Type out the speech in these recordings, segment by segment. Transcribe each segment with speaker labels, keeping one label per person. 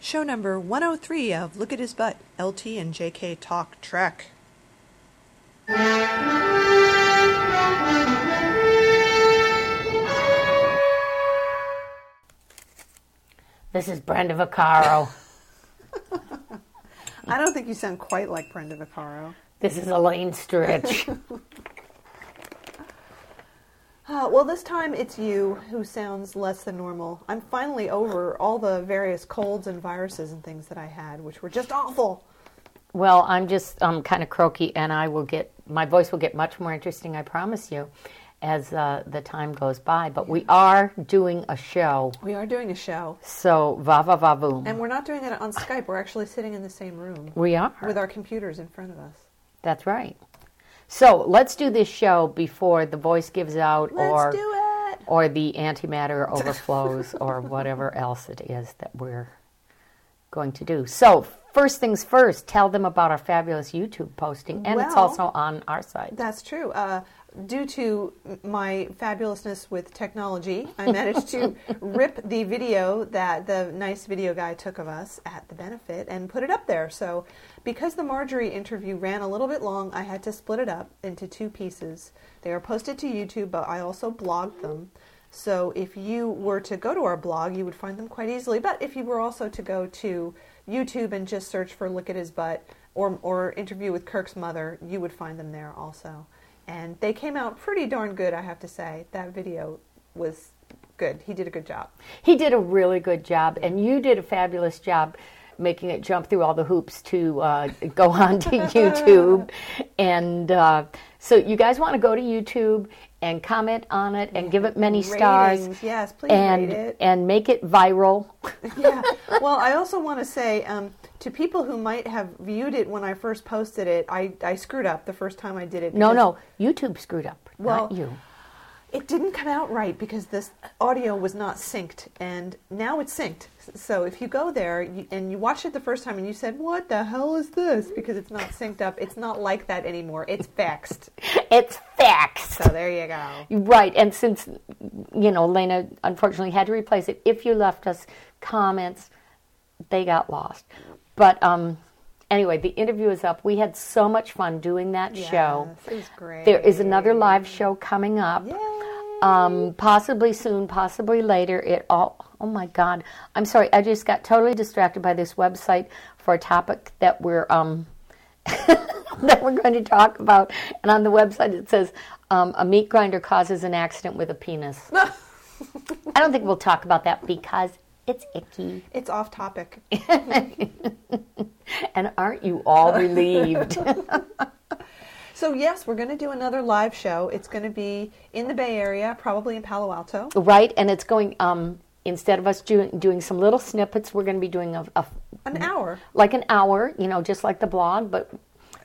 Speaker 1: Show number 103 of Look at His Butt, LT and JK Talk Trek.
Speaker 2: This is Brenda Vaccaro.
Speaker 1: I don't think you sound quite like Brenda Vaccaro.
Speaker 2: this is Elaine Stritch.
Speaker 1: Uh, well, this time it's you who sounds less than normal. I'm finally over all the various colds and viruses and things that I had, which were just awful.
Speaker 2: well, I'm just um, kind of croaky, and I will get my voice will get much more interesting. I promise you, as uh, the time goes by. But we are doing a show,
Speaker 1: We are doing a show,
Speaker 2: so va va va boom.
Speaker 1: and we're not doing it on Skype. We're actually sitting in the same room
Speaker 2: we are.
Speaker 1: with our computers in front of us.
Speaker 2: That's right. So let's do this show before the voice gives out,
Speaker 1: Let's
Speaker 2: or
Speaker 1: do it.
Speaker 2: or the antimatter overflows, or whatever else it is that we're going to do. So first things first, tell them about our fabulous YouTube posting, and it's
Speaker 1: Well-
Speaker 2: also on our site.
Speaker 1: That's true. Uh, due to m- my fabulousness with technology, I managed to rip the video that the nice video guy took of us at the benefit and put it up there. So, because the Marjorie interview ran a little bit long, I had to split it up into two pieces. They are posted to YouTube, but I also blogged them. So, if you were to go to our blog, you would find them quite easily. But if you were also to go to YouTube and just search for "Look at His Butt," or or interview with Kirk's mother, you would find them there also. And they came out pretty darn good, I have to say. That video was good. He did a good job.
Speaker 2: He did a really good job, and you did a fabulous job making it jump through all the hoops to uh, go on to YouTube. And uh, so, you guys want to go to YouTube and comment on it and give it many stars.
Speaker 1: Ratings, yes, please
Speaker 2: and
Speaker 1: rate it.
Speaker 2: and make it viral.
Speaker 1: yeah. Well, I also want to say um, to people who might have viewed it when I first posted it, I, I screwed up the first time I did it.
Speaker 2: No,
Speaker 1: because
Speaker 2: no, YouTube screwed up, not
Speaker 1: Well-
Speaker 2: you.
Speaker 1: It didn't come out right because this audio was not synced, and now it's synced. So if you go there you, and you watch it the first time and you said, "What the hell is this?" because it's not synced up, it's not like that anymore. It's fixed.
Speaker 2: It's facts.
Speaker 1: So there you go.
Speaker 2: Right, and since you know Lena unfortunately had to replace it, if you left us comments, they got lost. But um, anyway, the interview is up. We had so much fun doing that show.
Speaker 1: Yes, it was great.
Speaker 2: There is another live show coming up,
Speaker 1: Yay.
Speaker 2: um, possibly soon, possibly later. It all. Oh my God! I'm sorry. I just got totally distracted by this website for a topic that we're um, that we're going to talk about. And on the website, it says um, a meat grinder causes an accident with a penis. I don't think we'll talk about that because it's icky.
Speaker 1: It's off topic.
Speaker 2: And aren't you all relieved?
Speaker 1: So yes, we're going to do another live show. It's going to be in the Bay Area, probably in Palo Alto.
Speaker 2: right? And it's going. Um, instead of us doing doing some little snippets, we're going to be doing a, a
Speaker 1: An hour
Speaker 2: like an hour, you know, just like the blog, but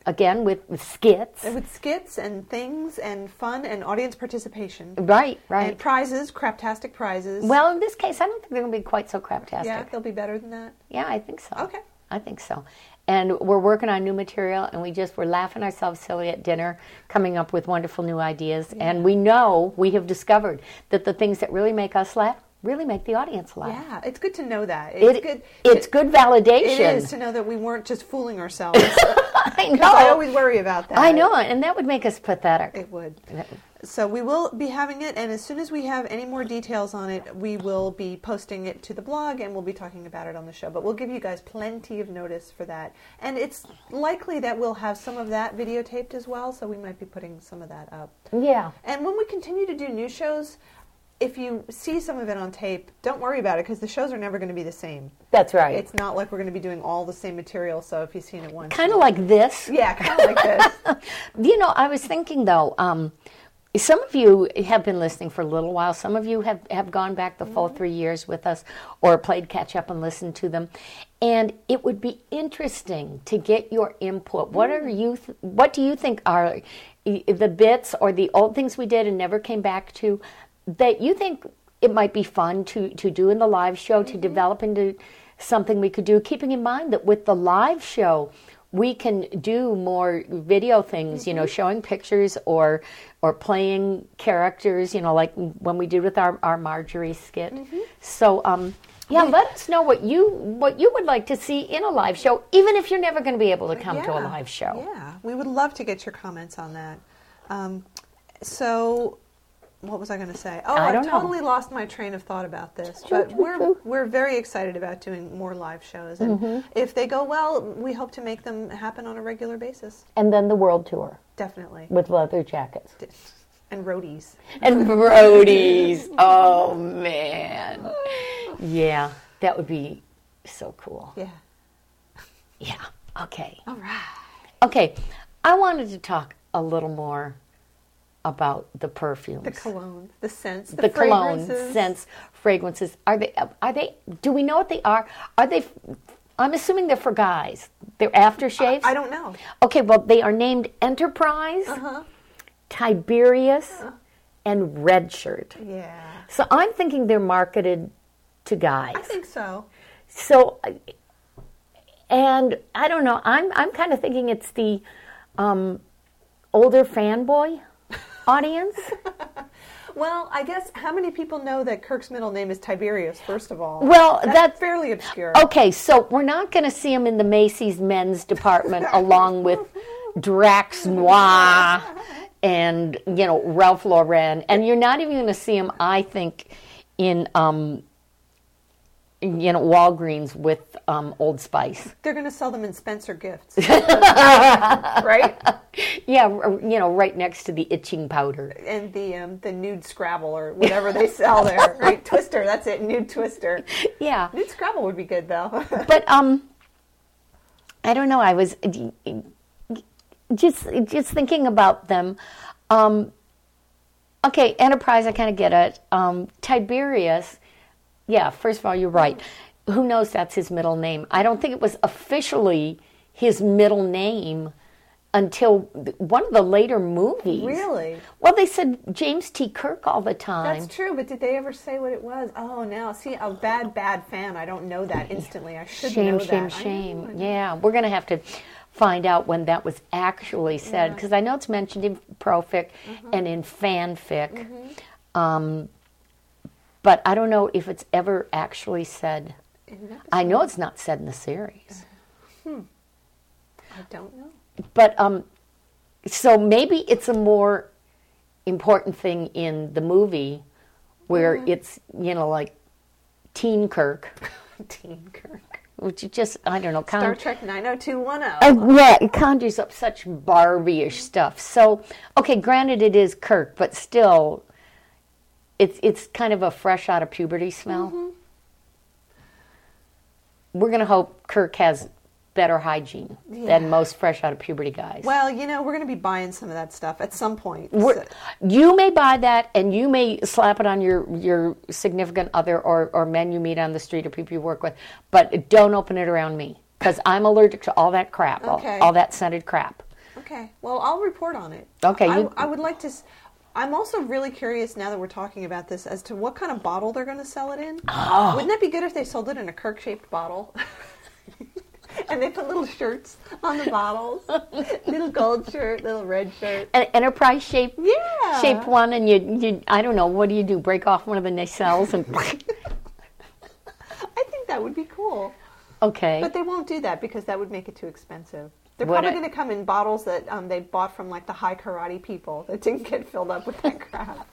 Speaker 2: again with, with skits.
Speaker 1: with skits and things and fun and audience participation.
Speaker 2: Right,
Speaker 1: And
Speaker 2: right.
Speaker 1: prizes, craptastic prizes.
Speaker 2: Well, in this case, I don't think they're going to be quite so craptastic.
Speaker 1: yeah, they'll be better than that.
Speaker 2: Yeah, I think so.
Speaker 1: Okay.
Speaker 2: I think so. And we're working on new material, and we just were laughing ourselves silly at dinner, coming up with wonderful new ideas. And we know we have discovered that the things that really make us laugh really make the audience laugh.
Speaker 1: Yeah, it's good to know that. It's
Speaker 2: It-
Speaker 1: good.
Speaker 2: It's good validation.
Speaker 1: it is to know that we weren't just fooling ourselves.
Speaker 2: I know.
Speaker 1: I always worry about that.
Speaker 2: I know, and that would make us pathetic.
Speaker 1: It would. So we will be having it, and as soon as we have any more details on it, we will be posting it to the blog and we'll be talking about it on the show. But we'll give you guys plenty of notice for that. And it's likely that we'll have some of that videotaped as well, so we might be putting some of that up.
Speaker 2: Yeah.
Speaker 1: And when we continue to do new shows, if you see some of it on tape, don't worry about it because the shows are never going to be the same.
Speaker 2: That's right.
Speaker 1: It's not like we're going to be doing all the same material, so if you've seen it once.
Speaker 2: kind of like this.
Speaker 1: yeah, kind of like this.
Speaker 2: You know, I was thinking though, um, some of you have been listening for a little while. Some of you have, have gone back the full three years with us or played catch up and listened to them. And it would be interesting to get your input. What are you? Th- what do you think are i- the bits or the old things we did and never came back to that you think it might be fun to to do in the live show
Speaker 1: Mm-hmm.
Speaker 2: to develop into something we could do keeping in mind that with the live show we can do more video things you know
Speaker 1: Mm-hmm.
Speaker 2: showing pictures or or
Speaker 1: Mm-hmm.
Speaker 2: playing characters you know like when we did with our, our marjorie skit so um Yeah, let us know what you what you would like to see in a live show, even if you're never going to be able to come to a
Speaker 1: Uh, Yeah.
Speaker 2: live show.
Speaker 1: Yeah, we would love to get your comments on that. Um, so, what was I going to say? Oh,
Speaker 2: I
Speaker 1: I,
Speaker 2: don't know.
Speaker 1: totally lost my train of thought about this, but we're we're very excited about doing more live shows, and
Speaker 2: Mm-hmm.
Speaker 1: if they go well, we hope to make them happen on a regular basis.
Speaker 2: And then the world tour
Speaker 1: Definitely,
Speaker 2: with leather jackets
Speaker 1: and roadies.
Speaker 2: and Brody's. oh man, yeah, that would be so cool.
Speaker 1: Yeah.
Speaker 2: Yeah. Okay.
Speaker 1: All right.
Speaker 2: Okay. I wanted to talk a little more about the perfumes.
Speaker 1: The cologne, the scents, the,
Speaker 2: the cologne
Speaker 1: fragrances.
Speaker 2: scents fragrances are they are they do we know what they are are they i'm assuming they're for guys they're aftershaves
Speaker 1: I don't know.
Speaker 2: okay well they are named enterprise
Speaker 1: Uh-huh.
Speaker 2: tiberius and red shirt
Speaker 1: Yeah,
Speaker 2: so i'm thinking they're marketed to
Speaker 1: I
Speaker 2: guys
Speaker 1: think so.
Speaker 2: so I- and i don't know i'm i'm kind of thinking it's the um, older fanboy audience
Speaker 1: Well, I guess how many people know that Kirk's middle name is Tiberius? First of all,
Speaker 2: Well,
Speaker 1: that's,
Speaker 2: that's- Oh.
Speaker 1: fairly obscure.
Speaker 2: Okay, so we're not going to see him in the Macy's men's department along with Drax Noir and, you know, Ralph Lauren. And you're not even going to see him, I think, in, um, you know, Walgreens with um, Old Spice.
Speaker 1: They're going to sell them in Spencer Gifts, right?
Speaker 2: Yeah, r- you know, right next to the itching powder.
Speaker 1: And the um, the nude Scrabble or whatever they sell there, right? Twister, that's it, nude Twister.
Speaker 2: Yeah.
Speaker 1: Nude Scrabble would be good though.
Speaker 2: but um i don't know i was uh, just just thinking about them um okay enterprise i kind of get it um tiberius yeah first of all you're right who knows that's his middle name i don't think it was officially his middle name until one of the later movies
Speaker 1: Really?
Speaker 2: well they said james t kirk all the time
Speaker 1: that's true, but did they ever say what it was? Oh, now see, a bad bad fan. I don't know that instantly. I should
Speaker 2: Shame,
Speaker 1: know
Speaker 2: shame,
Speaker 1: that. I
Speaker 2: shame.
Speaker 1: know.
Speaker 2: Yeah, we're going to have to find out when that was actually said because I know it's mentioned in profic
Speaker 1: Mm-hmm.
Speaker 2: and in fanfic, um, but I don't know if it's ever actually said. I know it's not said in the series,
Speaker 1: I don't know.
Speaker 2: but um, so maybe it's a more important thing in the movie where
Speaker 1: Mm-hmm.
Speaker 2: it's you know like Teen Kirk,
Speaker 1: Teen Kirk.
Speaker 2: which you just I don't know kind
Speaker 1: Star
Speaker 2: of
Speaker 1: Trek 90210.
Speaker 2: Uh, yeah, it conjures up such Barbie-ish stuff. So, okay, granted it is Kirk, but still, it's it's kind of a fresh out of puberty smell.
Speaker 1: Mm-hmm.
Speaker 2: We're gonna hope Kirk has better hygiene than most fresh out of puberty guys.
Speaker 1: Well, you know, we're going to be buying some of that stuff at some point.
Speaker 2: We're-
Speaker 1: so-
Speaker 2: you may buy that, and you may slap it on your your significant other or or men you meet on the street or people you work with, but don't open it around me because I'm allergic to all that crap, all-
Speaker 1: Okay.
Speaker 2: all that scented crap.
Speaker 1: Okay. Well, I'll report on it.
Speaker 2: Okay,
Speaker 1: I,
Speaker 2: you-
Speaker 1: I would like to. s- I'm also really curious now that we're talking about this as to what kind of bottle they're going to sell it in.
Speaker 2: Ah.
Speaker 1: Wouldn't that be good if they sold it in a Kirk shaped bottle? and they put little shirts on the bottles little gold shirt, little red shirt.
Speaker 2: an enterprise shape
Speaker 1: Yeah.
Speaker 2: shape one and you, you I don't know what do you do break off one of the nacelles and
Speaker 1: I think that would be cool.
Speaker 2: okay
Speaker 1: But they won't do that because that would make it too expensive. They're
Speaker 2: Would
Speaker 1: probably
Speaker 2: it?
Speaker 1: going to come in bottles that um, they bought from like the high karate people that didn't get filled up with that crap.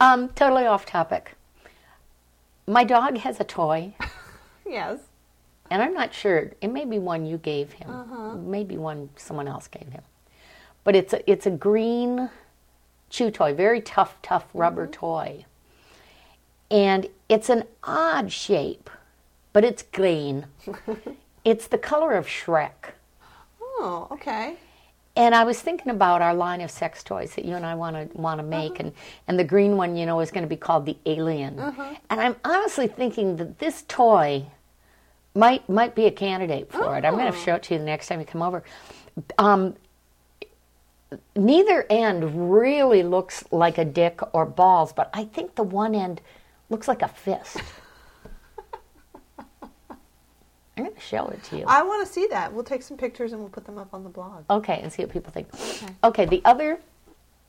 Speaker 2: um totally off topic my dog has a toy
Speaker 1: yes.
Speaker 2: and I'm not sure it may be one you gave him
Speaker 1: Uh-huh.
Speaker 2: maybe one someone else gave him but it's a it's a green chew toy very tough tough rubber
Speaker 1: Mm-hmm.
Speaker 2: toy and it's an odd shape but it's green it's the color of Shrek
Speaker 1: Oh, okay.
Speaker 2: And I was thinking about our line of sex toys that you and I want to want to make, and and the green one, you know, is going to be called the Alien. And I'm honestly thinking that this toy might might be a candidate for it. I'm going to show it to you the next time you come over. Um, neither end really looks like a dick or balls, but I think the one end looks like a fist. I'm going to show it to you.
Speaker 1: I want to see that. We'll take some pictures and we'll put them up on the blog.
Speaker 2: Okay, and see what people think. Okay, the other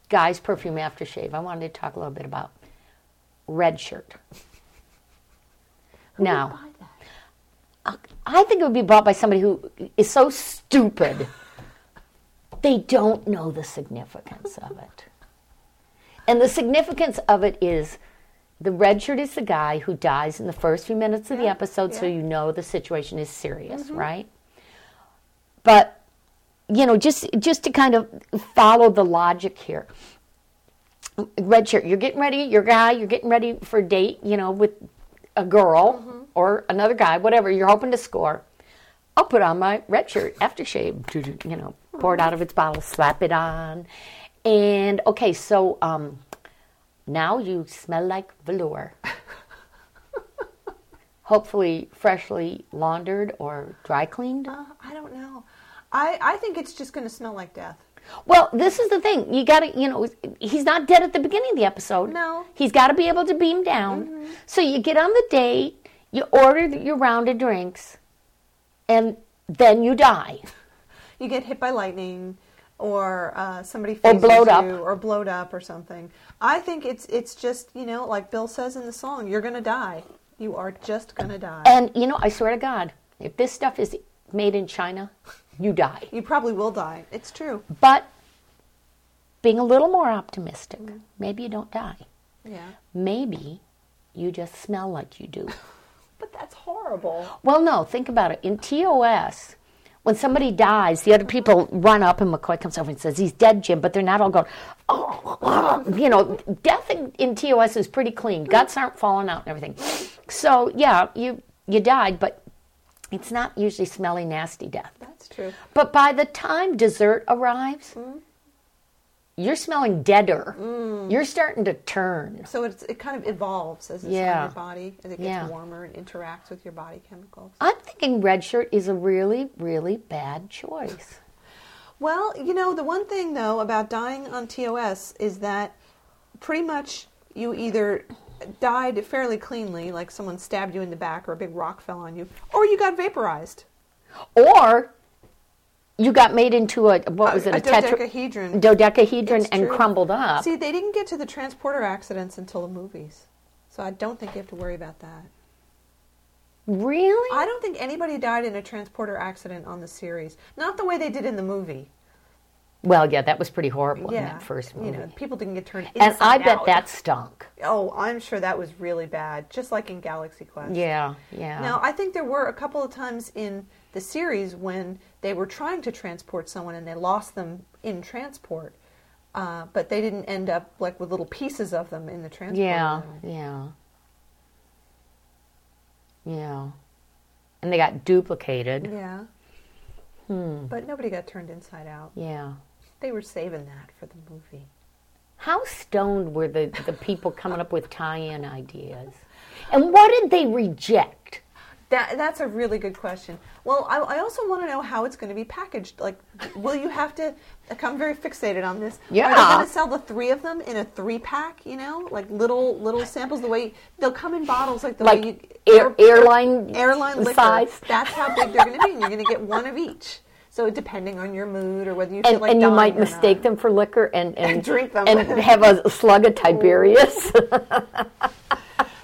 Speaker 2: guy's perfume aftershave I wanted to talk a little bit about. Red shirt.
Speaker 1: would
Speaker 2: now.
Speaker 1: buy that?
Speaker 2: I- I think it would be bought by somebody who is so stupid they don't know the significance of it. And the significance of it is the red shirt is the guy who dies in the first few minutes of the
Speaker 1: Yeah,
Speaker 2: episode, so
Speaker 1: yeah. Mm-hmm.
Speaker 2: you know the situation is serious, right? But you know, just just to kind of follow the logic here red shirt. You're getting ready, your guy, you're getting ready for a date, you know, with a girl or another guy, whatever you're hoping to score. I'll put on my red shirt, aftershave, you know, pour it out of its bottle, slap it on. And okay, so um, now you smell like velour. Hopefully, freshly laundered or dry cleaned.
Speaker 1: Uh, I don't know. I, I think it's just going to smell like death.
Speaker 2: Well, this is the thing. You got to, you know, he's not dead at the beginning of the episode.
Speaker 1: No.
Speaker 2: He's got to be able to beam down. So you get on the date, you order your round of drinks, and then you die.
Speaker 1: You get hit by lightning, or uh, somebody
Speaker 2: Or
Speaker 1: phases
Speaker 2: blowed
Speaker 1: you,
Speaker 2: up.
Speaker 1: or blowed up, or something. I think it's it's just you know like Bill says in the song, you're going to die. You are just going to die.
Speaker 2: And, you know, I swear to God, if this stuff is made in China, you die.
Speaker 1: you probably will die. It's true.
Speaker 2: But being a little more optimistic, maybe you don't die.
Speaker 1: Yeah.
Speaker 2: Maybe you just smell like you do.
Speaker 1: But that's horrible.
Speaker 2: Well, no, think about it. In TOS, when somebody dies, the other people run up and McCoy comes over and says, He's dead, Jim, but they're not all going, Oh, oh." you know, death in, in TOS is pretty clean. Guts aren't falling out and everything. So, yeah, you, you died, but it's not usually smelly, nasty death.
Speaker 1: That's true.
Speaker 2: But by the time dessert arrives, you're smelling deader. You're starting to turn.
Speaker 1: So it's, it kind of evolves as it's
Speaker 2: Yeah.
Speaker 1: on your body, as it gets
Speaker 2: Yeah.
Speaker 1: warmer and interacts with your body chemicals.
Speaker 2: I'm thinking red shirt is a really, really bad choice.
Speaker 1: Well, you know, the one thing though about dying on TOS is that pretty much you either died fairly cleanly, like someone stabbed you in the back or a big rock fell on you, or you got vaporized.
Speaker 2: or you got made into a what was
Speaker 1: A-
Speaker 2: it
Speaker 1: a
Speaker 2: tetra-
Speaker 1: dodecahedron.
Speaker 2: dodecahedron
Speaker 1: It's
Speaker 2: and
Speaker 1: true.
Speaker 2: crumbled up
Speaker 1: See, they didn't get to the transporter accidents until the movies. So I don't think you have to worry about that.
Speaker 2: really
Speaker 1: I don't think anybody died in a transporter accident on the series. Not the way they did in the movie.
Speaker 2: well yeah that was pretty horrible in
Speaker 1: yeah.
Speaker 2: that first movie
Speaker 1: You know, people didn't get turned
Speaker 2: and i
Speaker 1: inside
Speaker 2: bet
Speaker 1: out.
Speaker 2: that stunk
Speaker 1: Oh, I'm sure that was really bad, just like in Galaxy Quest.
Speaker 2: yeah yeah
Speaker 1: Now, I think there were a couple of times in the series when they were trying to transport someone and they lost them in transport, uh, but they didn't end up like with little pieces of them in the transport.
Speaker 2: yeah
Speaker 1: line.
Speaker 2: yeah yeah and they got duplicated
Speaker 1: Yeah.
Speaker 2: Hmm.
Speaker 1: But nobody got turned inside out.
Speaker 2: yeah
Speaker 1: They were saving that for the movie.
Speaker 2: how stoned were the, the people coming up with tie-in ideas and what did they reject
Speaker 1: That, that's a really good question. Well, I, I also want to know how it's going to be packaged. Like, will you have to? Like, I'm very fixated on this. Are
Speaker 2: Yeah.
Speaker 1: they going to sell the three of them in a three pack? You know, like little little samples. The way they'll come in bottles, like the
Speaker 2: like
Speaker 1: way you
Speaker 2: air, airline
Speaker 1: airline liquor.
Speaker 2: size
Speaker 1: That's how big they're going to be, and you're going to get one of each. So depending on your mood or whether you feel
Speaker 2: and,
Speaker 1: like
Speaker 2: and you
Speaker 1: dying
Speaker 2: might
Speaker 1: or
Speaker 2: mistake
Speaker 1: not.
Speaker 2: them for liquor and, and,
Speaker 1: drink them.
Speaker 2: and have a slug of Tiberius.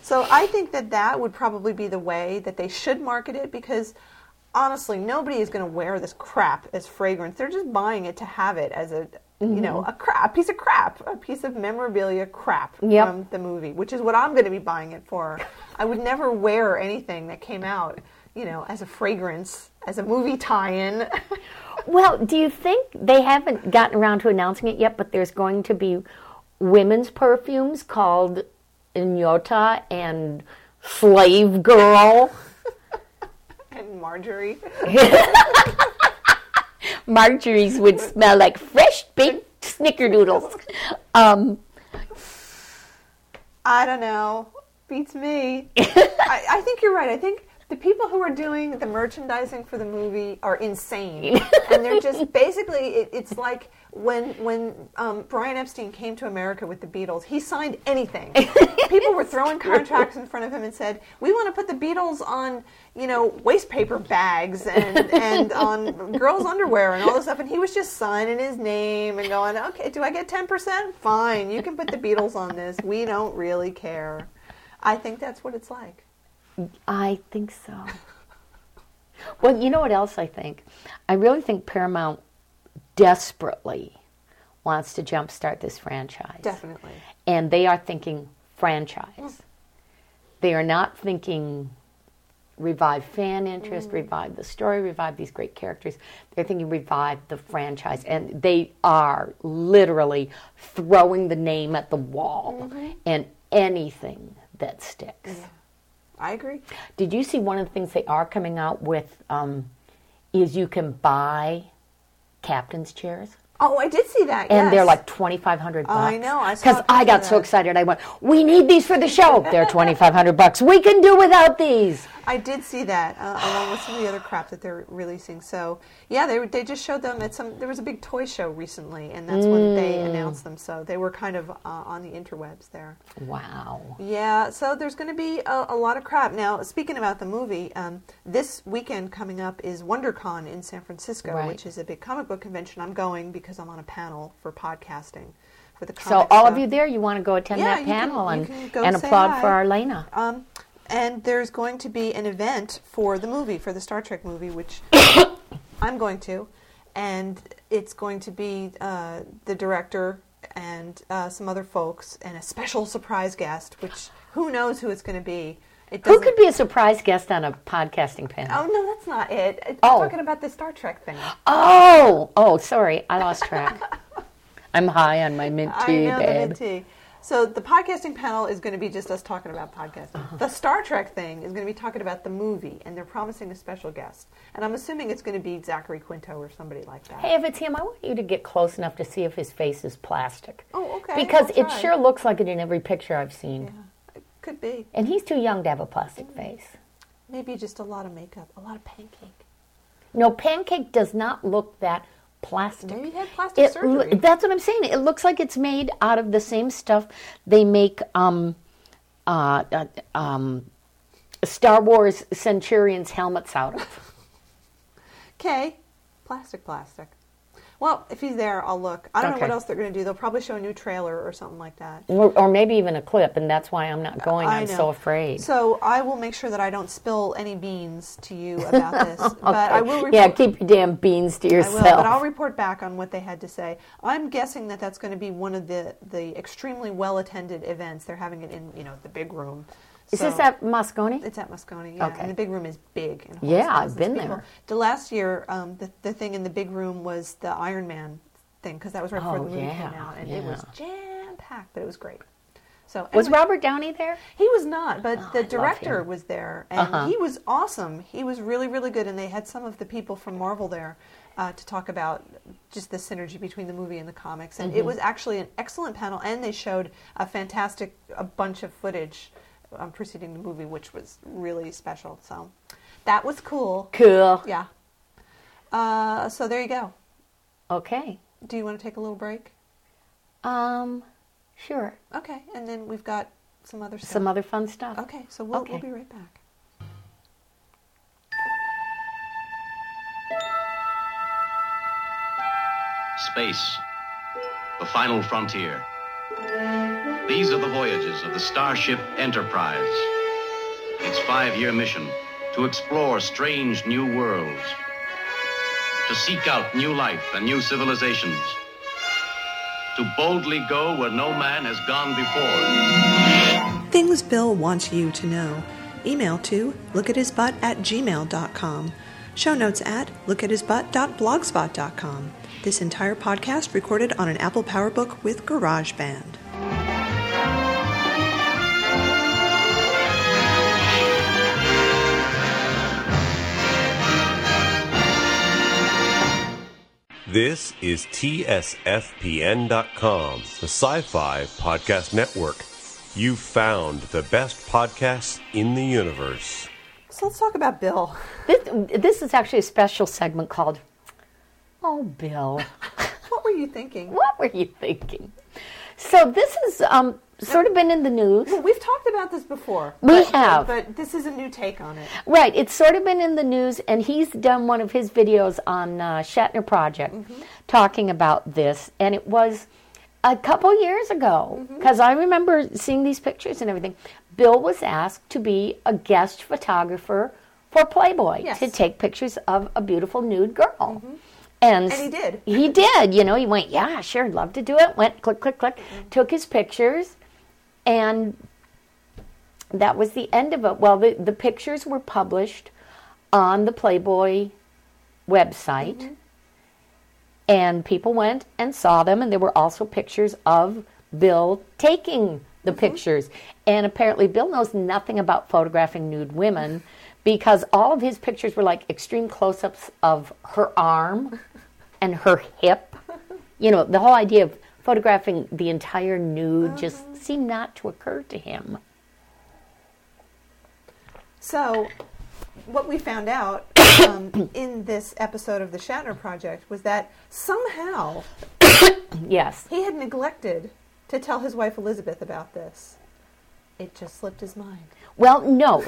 Speaker 1: So I think that that would probably be the way that they should market it because honestly, nobody is going to wear this crap as fragrance. They're just buying it to have it as a you know a crap piece of crap, a piece of memorabilia crap
Speaker 2: Yep.
Speaker 1: from the movie, which is what I'm going to be buying it for. I would never wear anything that came out you know as a fragrance as a movie tie-in.
Speaker 2: well, do you think they haven't gotten around to announcing it yet? But there's going to be women's perfumes called Inyota and Slave Girl,
Speaker 1: and Marjorie,
Speaker 2: Marjorie's would smell like fresh baked snickerdoodles. Um,
Speaker 1: I don't know, beats me. I, I think you're right. I think the people who are doing the merchandising for the movie are insane, and they're just basically it, it's like when when um, Brian Epstein came to America with the Beatles, he signed anything. people were throwing contracts in front of him and said, "We want to put the Beatles on you know waste paper bags and and on girls' underwear and all this stuff," and he was just signing his name and going, "Okay, do I get ten percent? Fine, you can put the Beatles on this. We don't really care." I think that's what it's like.
Speaker 2: I think so. well, you know what else I think? I really think Paramount desperately wants to jumpstart this franchise.
Speaker 1: Definitely.
Speaker 2: And they are thinking franchise. They are not thinking revive fan interest, revive the story, revive these great characters. They're thinking revive the franchise. And they are literally throwing the name at the wall and anything that sticks.
Speaker 1: I agree.
Speaker 2: Did you see one of the things they are coming out with um, is you can buy captain's chairs?
Speaker 1: Oh, I did see that.
Speaker 2: And they're
Speaker 1: yes.
Speaker 2: like twenty five hundred bucks.
Speaker 1: I know, I saw
Speaker 2: because
Speaker 1: a
Speaker 2: I
Speaker 1: picture
Speaker 2: got
Speaker 1: of
Speaker 2: so
Speaker 1: that.
Speaker 2: excited. I went, "We need these for the show." They're twenty five hundred bucks. We can do without these.
Speaker 1: I did see that uh, along with some of the other crap that they're releasing. So yeah, they they just showed them at some. There was a big toy show recently, and that's when they
Speaker 2: Mm.
Speaker 1: announced them. So they were kind of uh, on the interwebs there.
Speaker 2: Wow.
Speaker 1: Yeah, so there's going to be a, a lot of crap. Now, speaking about the movie, um, this weekend coming up is WonderCon in San Francisco,
Speaker 2: Right.
Speaker 1: which is a big comic book convention. I'm going because I'm on a panel for podcasting for the.
Speaker 2: So
Speaker 1: comic
Speaker 2: all of
Speaker 1: stuff.
Speaker 2: you there, you want to go attend
Speaker 1: Yeah,
Speaker 2: that
Speaker 1: you can-
Speaker 2: panel
Speaker 1: you
Speaker 2: and
Speaker 1: can go
Speaker 2: and
Speaker 1: say
Speaker 2: applaud for
Speaker 1: hi.
Speaker 2: Arlena.
Speaker 1: Um, and there's going to be an event for the movie, for the Star Trek movie, which I'm going to. And it's going to be uh, the director and uh, some other folks and a special surprise guest, which who knows who it's going to be. It
Speaker 2: Who
Speaker 1: doesn't-
Speaker 2: could be a surprise guest on a podcasting panel?
Speaker 1: Oh, no, that's not it. I'm
Speaker 2: Oh.
Speaker 1: talking about the Star Trek thing.
Speaker 2: Oh, oh, sorry, I lost track. I'm high on my mint tea,
Speaker 1: I know the
Speaker 2: babe.
Speaker 1: mint tea. So the podcasting panel is going to be just us talking about podcasting.
Speaker 2: Uh-huh.
Speaker 1: The Star Trek thing is going to be talking about the movie, and they're promising a special guest. And I'm assuming it's going to be Zachary Quinto or somebody like that.
Speaker 2: Hey, if it's him, I want you to get close enough to see if his face is plastic.
Speaker 1: Oh, okay,
Speaker 2: Because
Speaker 1: I'll
Speaker 2: it
Speaker 1: try.
Speaker 2: sure looks like it in every picture I've seen.
Speaker 1: It could be
Speaker 2: And he's too young to have a
Speaker 1: Mm.
Speaker 2: plastic face.
Speaker 1: maybe just a lot of makeup, a lot of pancake.
Speaker 2: No, pancake does not look that plastic.
Speaker 1: Maybe he had plastic
Speaker 2: It lo-
Speaker 1: surgery.
Speaker 2: that's what I'm saying. It looks like it's made out of the same stuff they make um, uh, uh, um, Star Wars Centurions helmets out of.
Speaker 1: Okay, plastic, plastic. Well, if he's there, I'll look. I don't know
Speaker 2: Okay.
Speaker 1: what else they're going to do. They'll probably show a new trailer or something like that.
Speaker 2: or, or maybe even a clip, and that's why I'm not going.
Speaker 1: I
Speaker 2: I'm
Speaker 1: know.
Speaker 2: so afraid.
Speaker 1: So I will make sure that I don't spill any beans to you about this. But I will report
Speaker 2: yeah, keep your damn beans to
Speaker 1: I
Speaker 2: yourself.
Speaker 1: will, but I'll report back on what they had to say. I'm guessing that that's going to be one of the, the extremely well attended events. They're having it in you know the big room.
Speaker 2: Is
Speaker 1: So-
Speaker 2: this at Moscone?
Speaker 1: It's at Moscone, yeah.
Speaker 2: Okay.
Speaker 1: And the big room is big. And holds
Speaker 2: Yeah, I've
Speaker 1: thousands of
Speaker 2: been
Speaker 1: people.
Speaker 2: there.
Speaker 1: The last year, um, the, the thing in the big room was the Iron Man thing because that was right before
Speaker 2: Oh,
Speaker 1: the movie came
Speaker 2: yeah,
Speaker 1: out, and it was jam packed, but it was great. So
Speaker 2: Was
Speaker 1: anyway,
Speaker 2: Robert Downey there?
Speaker 1: he was not, but the director
Speaker 2: Oh, him. Uh-huh.
Speaker 1: was there, and he was awesome. He was really, really good, and they had some of the people from Marvel there uh, to talk about just the synergy between the movie and the comics.
Speaker 2: Mm-hmm.
Speaker 1: And it was actually an excellent panel, and they showed a fantastic a bunch of footage um, preceding the movie, which was really special. So that was cool.
Speaker 2: Cool.
Speaker 1: Yeah. Uh, so there you go.
Speaker 2: Okay.
Speaker 1: Do you want to take a little break?
Speaker 2: Um, sure.
Speaker 1: Okay, and then we've got some other stuff.
Speaker 2: Some other fun stuff.
Speaker 1: Okay, so we'll, we'll
Speaker 2: Okay.
Speaker 1: be right back.
Speaker 3: Space. The final frontier. These are the voyages of the Starship Enterprise. Its five year mission to explore strange new worlds, to seek out new life and new civilizations, to boldly go where no man has gone before.
Speaker 1: Things Bill wants you to know. Email to lookathisbutt at gmail.com. Show notes at lookathisbutt.blogspot.com. This entire podcast recorded on an Apple PowerBook with GarageBand.
Speaker 4: This is TSFPN.com, the sci fi podcast network. You've found the best podcasts in the universe.
Speaker 1: So let's talk about Bill.
Speaker 2: This, this is actually a special segment called Oh, Bill,
Speaker 1: What were you thinking?
Speaker 2: what were you thinking? So, this has um, sort of been in the news.
Speaker 1: We've talked about this before.
Speaker 2: We have.
Speaker 1: But this is a new take on it.
Speaker 2: Right, it's sort of been in the news, and he's done one of his videos on uh, Shatner Project talking about this, and it was a couple years ago because I remember seeing these pictures and everything. Bill was asked to be a guest photographer for Playboy
Speaker 1: Yes.
Speaker 2: to take pictures of a beautiful nude girl. And,
Speaker 1: And he did.
Speaker 2: He did. You know, he went, yeah, sure, love to do it. Went click, click, click,
Speaker 1: Mm-hmm.
Speaker 2: took his pictures, and that was the end of it. Well, the, the pictures were published on the Playboy website,
Speaker 1: Mm-hmm.
Speaker 2: and people went and saw them, and there were also pictures of Bill taking the pictures. And apparently, Bill knows nothing about photographing nude women because all of his pictures were like extreme close ups of her arm and her hip. You know, the whole idea of photographing the entire nude just seemed not to occur to him.
Speaker 1: So, what we found out um, in this episode of the Shatner Project was that somehow
Speaker 2: Yes.
Speaker 1: he had neglected to tell his wife Elizabeth about this. It just slipped his mind.
Speaker 2: Well, no.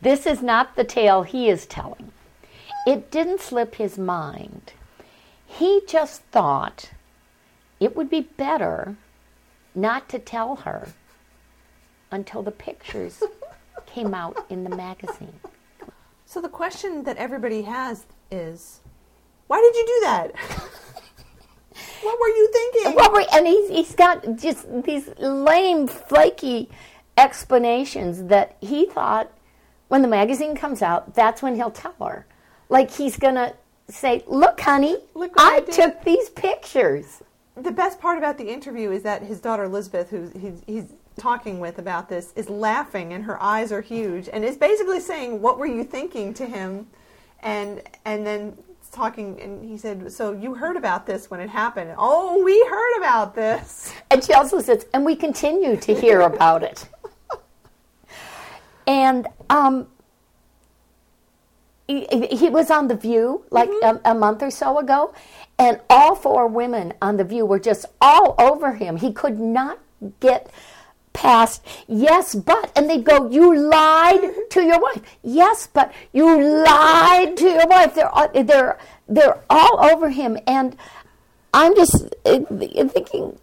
Speaker 2: This is not the tale he is telling. It didn't slip his mind. He just thought it would be better not to tell her until the pictures came out in the magazine.
Speaker 1: So, the question that everybody has is why did you do that? what were you thinking?
Speaker 2: Well, we- and he's, he's got just these lame, flaky explanations that he thought when the magazine comes out, that's when he'll tell her. Like he's going to say, Look, honey,
Speaker 1: Look what
Speaker 2: I,
Speaker 1: I did."
Speaker 2: took these pictures.
Speaker 1: The best part about the interview is that his daughter Elizabeth, who he's, he's talking with about this, is laughing and her eyes are huge and is basically saying, "What were you thinking?" to him, and and then talking and he said, "So you heard about this when it happened?" Oh, we heard about this.
Speaker 2: And she also says, And we continue to hear about it. and um, he, he was on The View like a, a month or so ago, and all four women on The View were just all over him. He could not get past, yes, but. And they'd go, You lied to your wife. Yes, but. You lied to your wife. They're, all- they're, they're all over him. And I'm just uh, thinking.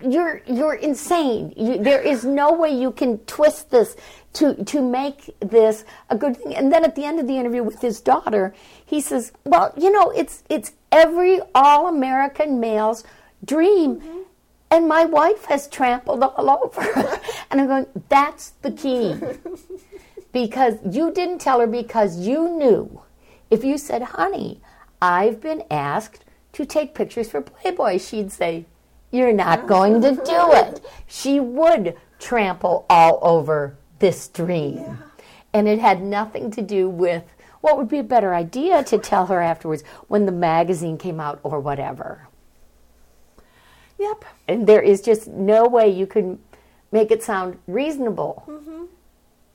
Speaker 2: You're you're insane. You, there is no way you can twist this to to make this a good thing. And then at the end of the interview with his daughter, he says, "Well, you know, it's it's every all American male's dream." And my wife has trampled all over. and I'm going, that's the key. because you didn't tell her because you knew. If you said, honey, I've been asked to take pictures for Playboy, she'd say, you're not going to do it. She would trample all over this dream. And it had nothing to do with what would be a better idea to tell her afterwards when the magazine came out or whatever.
Speaker 1: Yep.
Speaker 2: And there is just no way you can make it sound reasonable.
Speaker 1: Mm-hmm.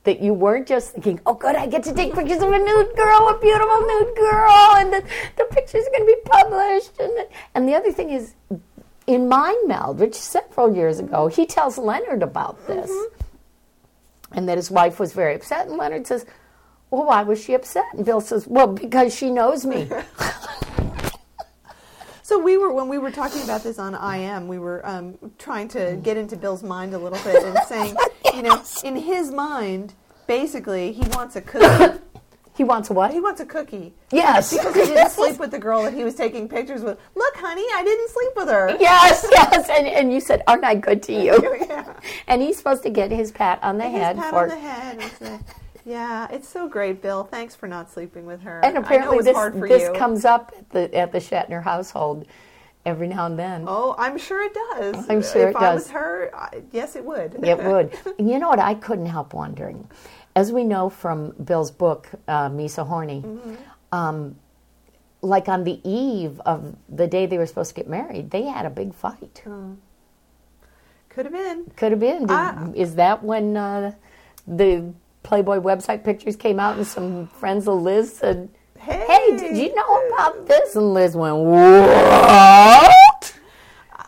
Speaker 2: That you weren't just thinking, oh, good, I get to take pictures of a nude girl, a beautiful nude girl, and the, the pictures are going to be published. And the, and the other thing is, in Mind Meld, which several years ago, he tells Leonard about this
Speaker 1: Mm-hmm.
Speaker 2: and that his wife was very upset. And Leonard says, well, why was she upset? And Bill says, well, because she knows me.
Speaker 1: So we were when we were talking about this on IM, we were um, trying
Speaker 2: Mm.
Speaker 1: to get into Bill's mind a little bit and saying, you know, in his mind, basically, he wants a cookie.
Speaker 2: he wants a what?
Speaker 1: he wants a cookie.
Speaker 2: Yes.
Speaker 1: because he didn't sleep with the girl that he was taking pictures with. Look, honey, I didn't sleep with her.
Speaker 2: Yes, yes. And, and you said, Aren't I good to you?
Speaker 1: Yeah.
Speaker 2: And he's supposed to get his pat on the head
Speaker 1: Pat
Speaker 2: for.
Speaker 1: on the head. and say, yeah, it's so great, Bill. Thanks for not sleeping with her.
Speaker 2: And
Speaker 1: I know
Speaker 2: apparently,
Speaker 1: it's
Speaker 2: this,
Speaker 1: hard for
Speaker 2: this
Speaker 1: you.
Speaker 2: comes up at the, at the Shatner household every now and then.
Speaker 1: oh, I'm sure it does.
Speaker 2: I'm sure
Speaker 1: if
Speaker 2: it
Speaker 1: I was
Speaker 2: does.
Speaker 1: her, I, yes, it would.
Speaker 2: It would. You know what? I couldn't help wondering. As we know from Bill's book, uh, Me So Horny,
Speaker 1: Mm-hmm.
Speaker 2: um, like on the eve of the day they were supposed to get married, they had a big fight.
Speaker 1: Could have been.
Speaker 2: Could have been. Did-
Speaker 1: I-
Speaker 2: is that when uh, the Playboy website pictures came out and some friends of Liz said,
Speaker 1: Hey.
Speaker 2: Hey, did you know about this? And Liz went, What?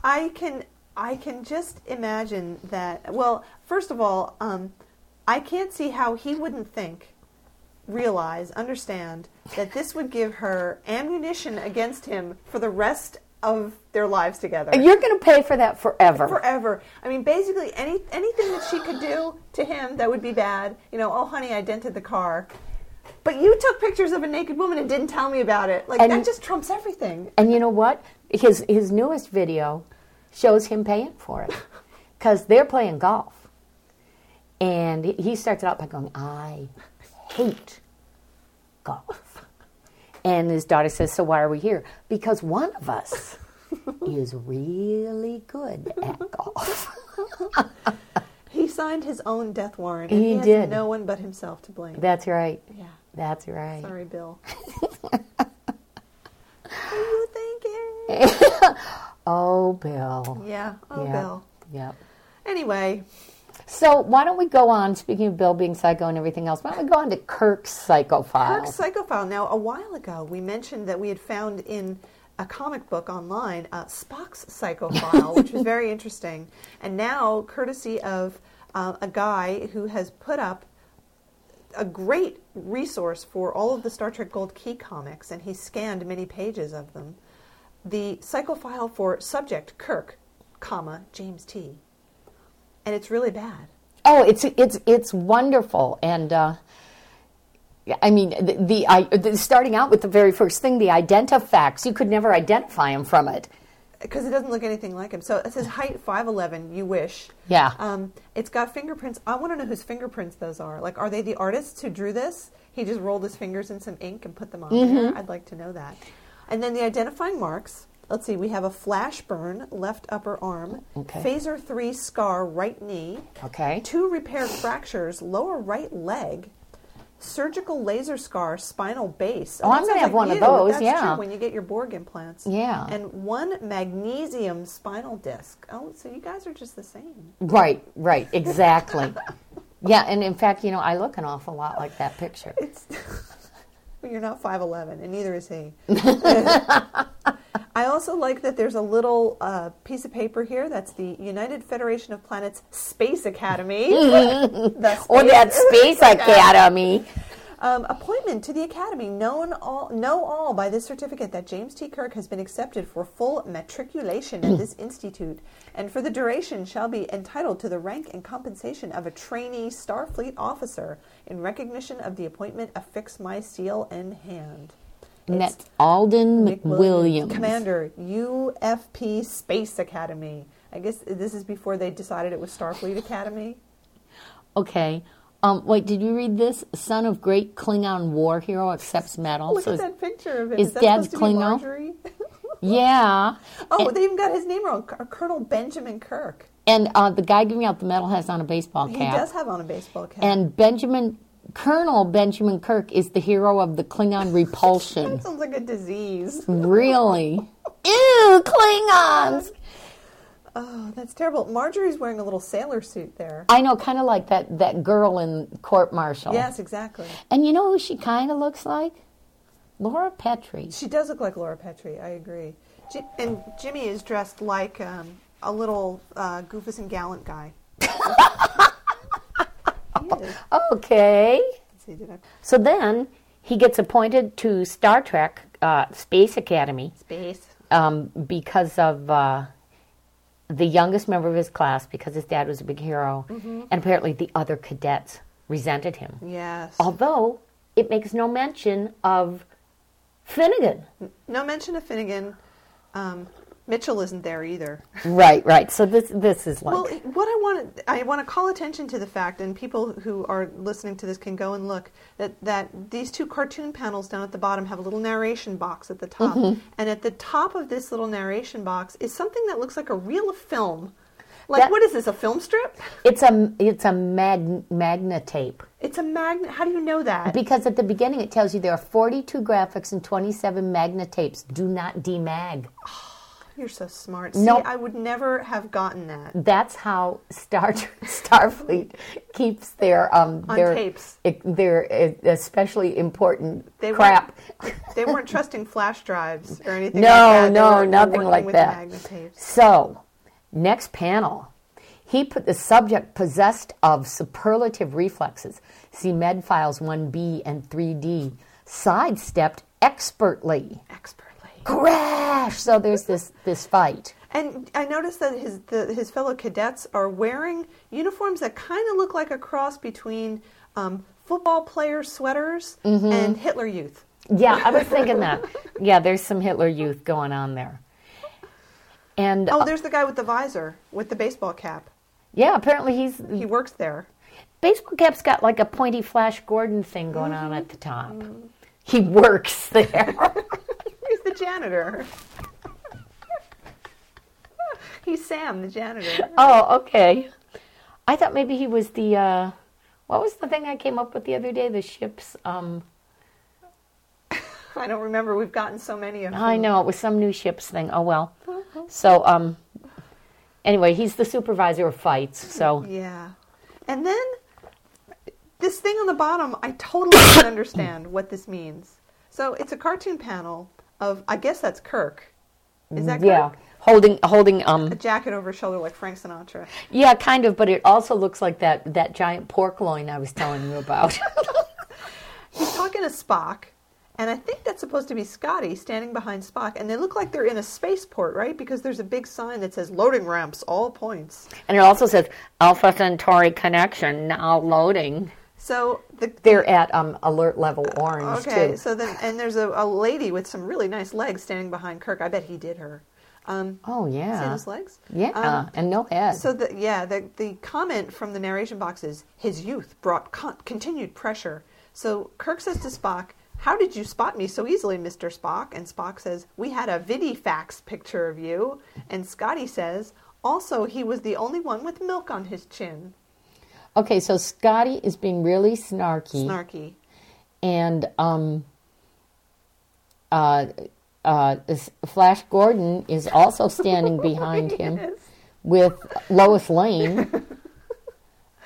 Speaker 1: I can I can just imagine that. Well, first of all, um, I can't see how he wouldn't think, realize, understand that this would give her ammunition against him for the rest of their lives together
Speaker 2: You're going to pay for that forever.
Speaker 1: forever. I mean, basically any anything that she could do to him that would be bad. You know, oh honey, I dented the car. But you took pictures of a naked woman and didn't tell me about it. Like
Speaker 2: And-
Speaker 1: that just trumps everything.
Speaker 2: And you know what? His his newest video shows him paying for it because they're playing golf, and he- he starts out by going, "I hate golf," and his daughter says, "So why are we here?" Because one of us is really good at golf.
Speaker 1: He signed his own death warrant. And
Speaker 2: He
Speaker 1: he has
Speaker 2: did.
Speaker 1: No one but himself to blame.
Speaker 2: That's right.
Speaker 1: yeah.
Speaker 2: That's right.
Speaker 1: Sorry, Bill. what are you thinking?
Speaker 2: Oh, Bill.
Speaker 1: Yeah. Oh,
Speaker 2: Yep.
Speaker 1: Bill.
Speaker 2: Yep.
Speaker 1: Anyway,
Speaker 2: So why don't we go on? Speaking of Bill being psycho and everything else, why don't we go on to Kirk's psychophile?
Speaker 1: Kirk's Psychophile. Now, a while ago, we mentioned that we had found in a comic book online uh, Spock's Psychophile, which was very interesting. And now, courtesy of uh, a guy who has put up a great resource for all of the Star Trek Gold Key comics, and he scanned many pages of them. The psychophile for subject Kirk, comma James T, and it's really bad.
Speaker 2: Oh, it's it's it's wonderful, and uh, yeah, I mean the, the, I, the starting out with the very first thing, the identifax. You could never identify him from it.
Speaker 1: because it doesn't look anything like him. So it says height five eleven. You wish.
Speaker 2: Yeah.
Speaker 1: Um, it's got fingerprints. I want to know whose fingerprints those are. Like, are they the artists who drew this? He just rolled his fingers in some ink and put them on
Speaker 2: Mm-hmm.
Speaker 1: there. I'd like to know that. And then the identifying marks. Let's see. We have a flash burn left upper arm.
Speaker 2: Okay.
Speaker 1: Phaser three scar right knee.
Speaker 2: Okay.
Speaker 1: Two repair fractures lower right leg. Surgical laser scar spinal base.
Speaker 2: Oh, I'm
Speaker 1: That
Speaker 2: gonna
Speaker 1: sounds
Speaker 2: have
Speaker 1: like
Speaker 2: one of
Speaker 1: you.
Speaker 2: those,
Speaker 1: That's
Speaker 2: yeah.
Speaker 1: true, when you get your Borg implants.
Speaker 2: Yeah.
Speaker 1: And one magnesium spinal disc. Oh, so you guys are just the same.
Speaker 2: Right. Right. Exactly. yeah, and in fact, you know, I look an awful lot like that picture.
Speaker 1: It's but you're not five eleven, and neither is he. I also like that there's a little uh, piece of paper here. That's the United Federation of Planets Space Academy. The Oh,
Speaker 2: Or
Speaker 1: space-
Speaker 2: that space academy.
Speaker 1: Um, appointment to the Academy. Known all, know all by this certificate that James T. Kirk has been accepted for full matriculation at this institute, and for the duration shall be entitled to the rank and compensation of a trainee Starfleet officer in recognition of the appointment. Affix my seal and hand.
Speaker 2: And that's Alden
Speaker 1: Nick Williams,
Speaker 2: McWilliams.
Speaker 1: Commander, UFP Space Academy. I guess this is before they decided it was Starfleet Academy.
Speaker 2: Okay. Um, wait, did you read this? Son of great Klingon war hero accepts medal.
Speaker 1: Look
Speaker 2: So
Speaker 1: at
Speaker 2: it's-
Speaker 1: that picture of him.
Speaker 2: is
Speaker 1: that
Speaker 2: Dad's
Speaker 1: supposed to be
Speaker 2: Klingon?
Speaker 1: Marjorie?
Speaker 2: Yeah.
Speaker 1: Oh, they even got his name wrong. C- Colonel Benjamin Kirk.
Speaker 2: And uh, the guy giving out the medal has on a baseball cap.
Speaker 1: He does have on a baseball cap.
Speaker 2: and Benjamin Colonel Benjamin Kirk is the hero of the Klingon repulsion.
Speaker 1: that sounds like a disease.
Speaker 2: Mm. really? Ew, Klingons!
Speaker 1: Oh, that's terrible. Marjorie's wearing a little sailor suit there.
Speaker 2: I know, kind of like that, that girl in court martial.
Speaker 1: Yes, exactly.
Speaker 2: And you know who she kind of looks like? Laura Petrie.
Speaker 1: She does look like Laura Petrie. I agree. Ji- and Jimmy is dressed like um, a little uh, Goofus and Gallant guy. He is.
Speaker 2: Okay.
Speaker 1: Let's see, did I-
Speaker 2: So then he gets appointed to Star Trek uh, Space Academy.
Speaker 1: Space.
Speaker 2: um, because of uh, the youngest member of his class, because his dad was a big hero, and apparently the other cadets resented him.
Speaker 1: Yes.
Speaker 2: Oh. Although it makes no mention of Finnegan.
Speaker 1: No mention of Finnegan. Um, Mitchell isn't there either.
Speaker 2: Right, right. So this this is like
Speaker 1: Well, what I want I want to call attention to the fact, and people who are listening to this can go and look that that these two cartoon panels down at the bottom have a little narration box at the top,
Speaker 2: Mm-hmm.
Speaker 1: and at the top of this little narration box is something that looks like a reel of film. Like
Speaker 2: That-
Speaker 1: what is this? A film strip?
Speaker 2: it's a it's a mag, magna tape
Speaker 1: It's a magnet. How do you know that?
Speaker 2: because at the beginning it tells you there are 42 graphics and 27 magna tapes. Do not demag.
Speaker 1: You're so smart. See,
Speaker 2: Nope.
Speaker 1: I would never have gotten that.
Speaker 2: that's how Star Starfleet keeps their um
Speaker 1: On
Speaker 2: their
Speaker 1: tapes.
Speaker 2: it- their uh, especially important
Speaker 1: They
Speaker 2: crap.
Speaker 1: Weren't, they weren't trusting flash drives or anything.
Speaker 2: No,
Speaker 1: like that. They
Speaker 2: no,
Speaker 1: were
Speaker 2: nothing
Speaker 1: working
Speaker 2: like
Speaker 1: with
Speaker 2: that.
Speaker 1: Magnet tapes.
Speaker 2: So, next panel. He put the subject possessed of superlative reflexes. See med files 1B and 3D. Sidestepped expertly.
Speaker 1: Expertly.
Speaker 2: crash. So there's this this fight.
Speaker 1: And I noticed that his the, his fellow cadets are wearing uniforms that kind of look like a cross between um, football player sweaters and Hitler Youth.
Speaker 2: Yeah, I was thinking that. Yeah, there's some Hitler Youth going on there. And
Speaker 1: Oh,
Speaker 2: uh,
Speaker 1: there's the guy with the visor with the baseball cap.
Speaker 2: yeah, apparently he's
Speaker 1: He works there.
Speaker 2: baseball cap's got like a pointy Flash Gordon thing going on at the top.
Speaker 1: Mm-hmm.
Speaker 2: He works there.
Speaker 1: He's the janitor. He's Sam, the janitor.
Speaker 2: oh, okay. I thought maybe he was the uh, what was the thing I came up with the other day? The ship's um
Speaker 1: I don't remember. We've gotten so many of them.
Speaker 2: I know it was some new ships thing. Oh well.
Speaker 1: Mm-hmm.
Speaker 2: So um anyway, he's the supervisor of fights. So
Speaker 1: Yeah. And then this thing on the bottom, I totally don't understand what this means. So it's a cartoon panel of, I guess that's Kirk. Is that
Speaker 2: yeah,
Speaker 1: Kirk?
Speaker 2: holding holding
Speaker 1: A
Speaker 2: um
Speaker 1: jacket over his shoulder like Frank Sinatra.
Speaker 2: yeah, kind of, but it also looks like that that giant pork loin I was telling you about.
Speaker 1: He's talking to Spock, and I think that's supposed to be Scotty standing behind Spock. And they look like they're in a spaceport, right? Because there's a big sign that says loading ramps, all points.
Speaker 2: and it also says Alpha Centauri connection now loading.
Speaker 1: So the,
Speaker 2: They're at um alert level orange
Speaker 1: Okay,
Speaker 2: too.
Speaker 1: so then, and there's a, a lady with some really nice legs standing behind Kirk. I bet he did her. Um,
Speaker 2: oh
Speaker 1: See
Speaker 2: yeah.
Speaker 1: those legs?
Speaker 2: Yeah,
Speaker 1: Um,
Speaker 2: and no head.
Speaker 1: so the yeah, the the comment from the narration box is his youth brought con- continued pressure. So Kirk says to Spock, "How did you spot me so easily, Mister Spock?" And Spock says, "We had a Vidifax picture of you." And Scotty says, "Also, he was the only one with milk on his chin."
Speaker 2: Okay, so Scotty is being really snarky,
Speaker 1: Snarky.
Speaker 2: and um, uh, uh, this- Flash Gordon is also standing behind him with Lois Lane.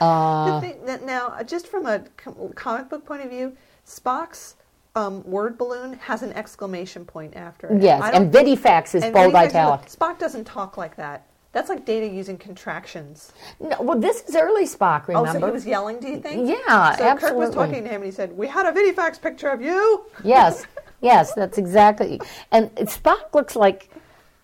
Speaker 2: Uh.
Speaker 1: the thing that now, uh, just from a com- comic book point of view, Spock's um, word balloon has an exclamation point after it.
Speaker 2: Yes,
Speaker 1: I don't
Speaker 2: and Vidifax is
Speaker 1: And
Speaker 2: bold
Speaker 1: Vinny Paxton-
Speaker 2: italic.
Speaker 1: Spock doesn't talk like that. That's like data using contractions.
Speaker 2: No, well, this is early Spock.
Speaker 1: Oh,
Speaker 2: Remember?
Speaker 1: so he was yelling, do you think?
Speaker 2: Yeah,
Speaker 1: So Kirk was
Speaker 2: absolutely. Mm-hmm.
Speaker 1: talking to him and he said, We had a Vidifax picture of you.
Speaker 2: Yes, yes, that's exactly. And Spock looks like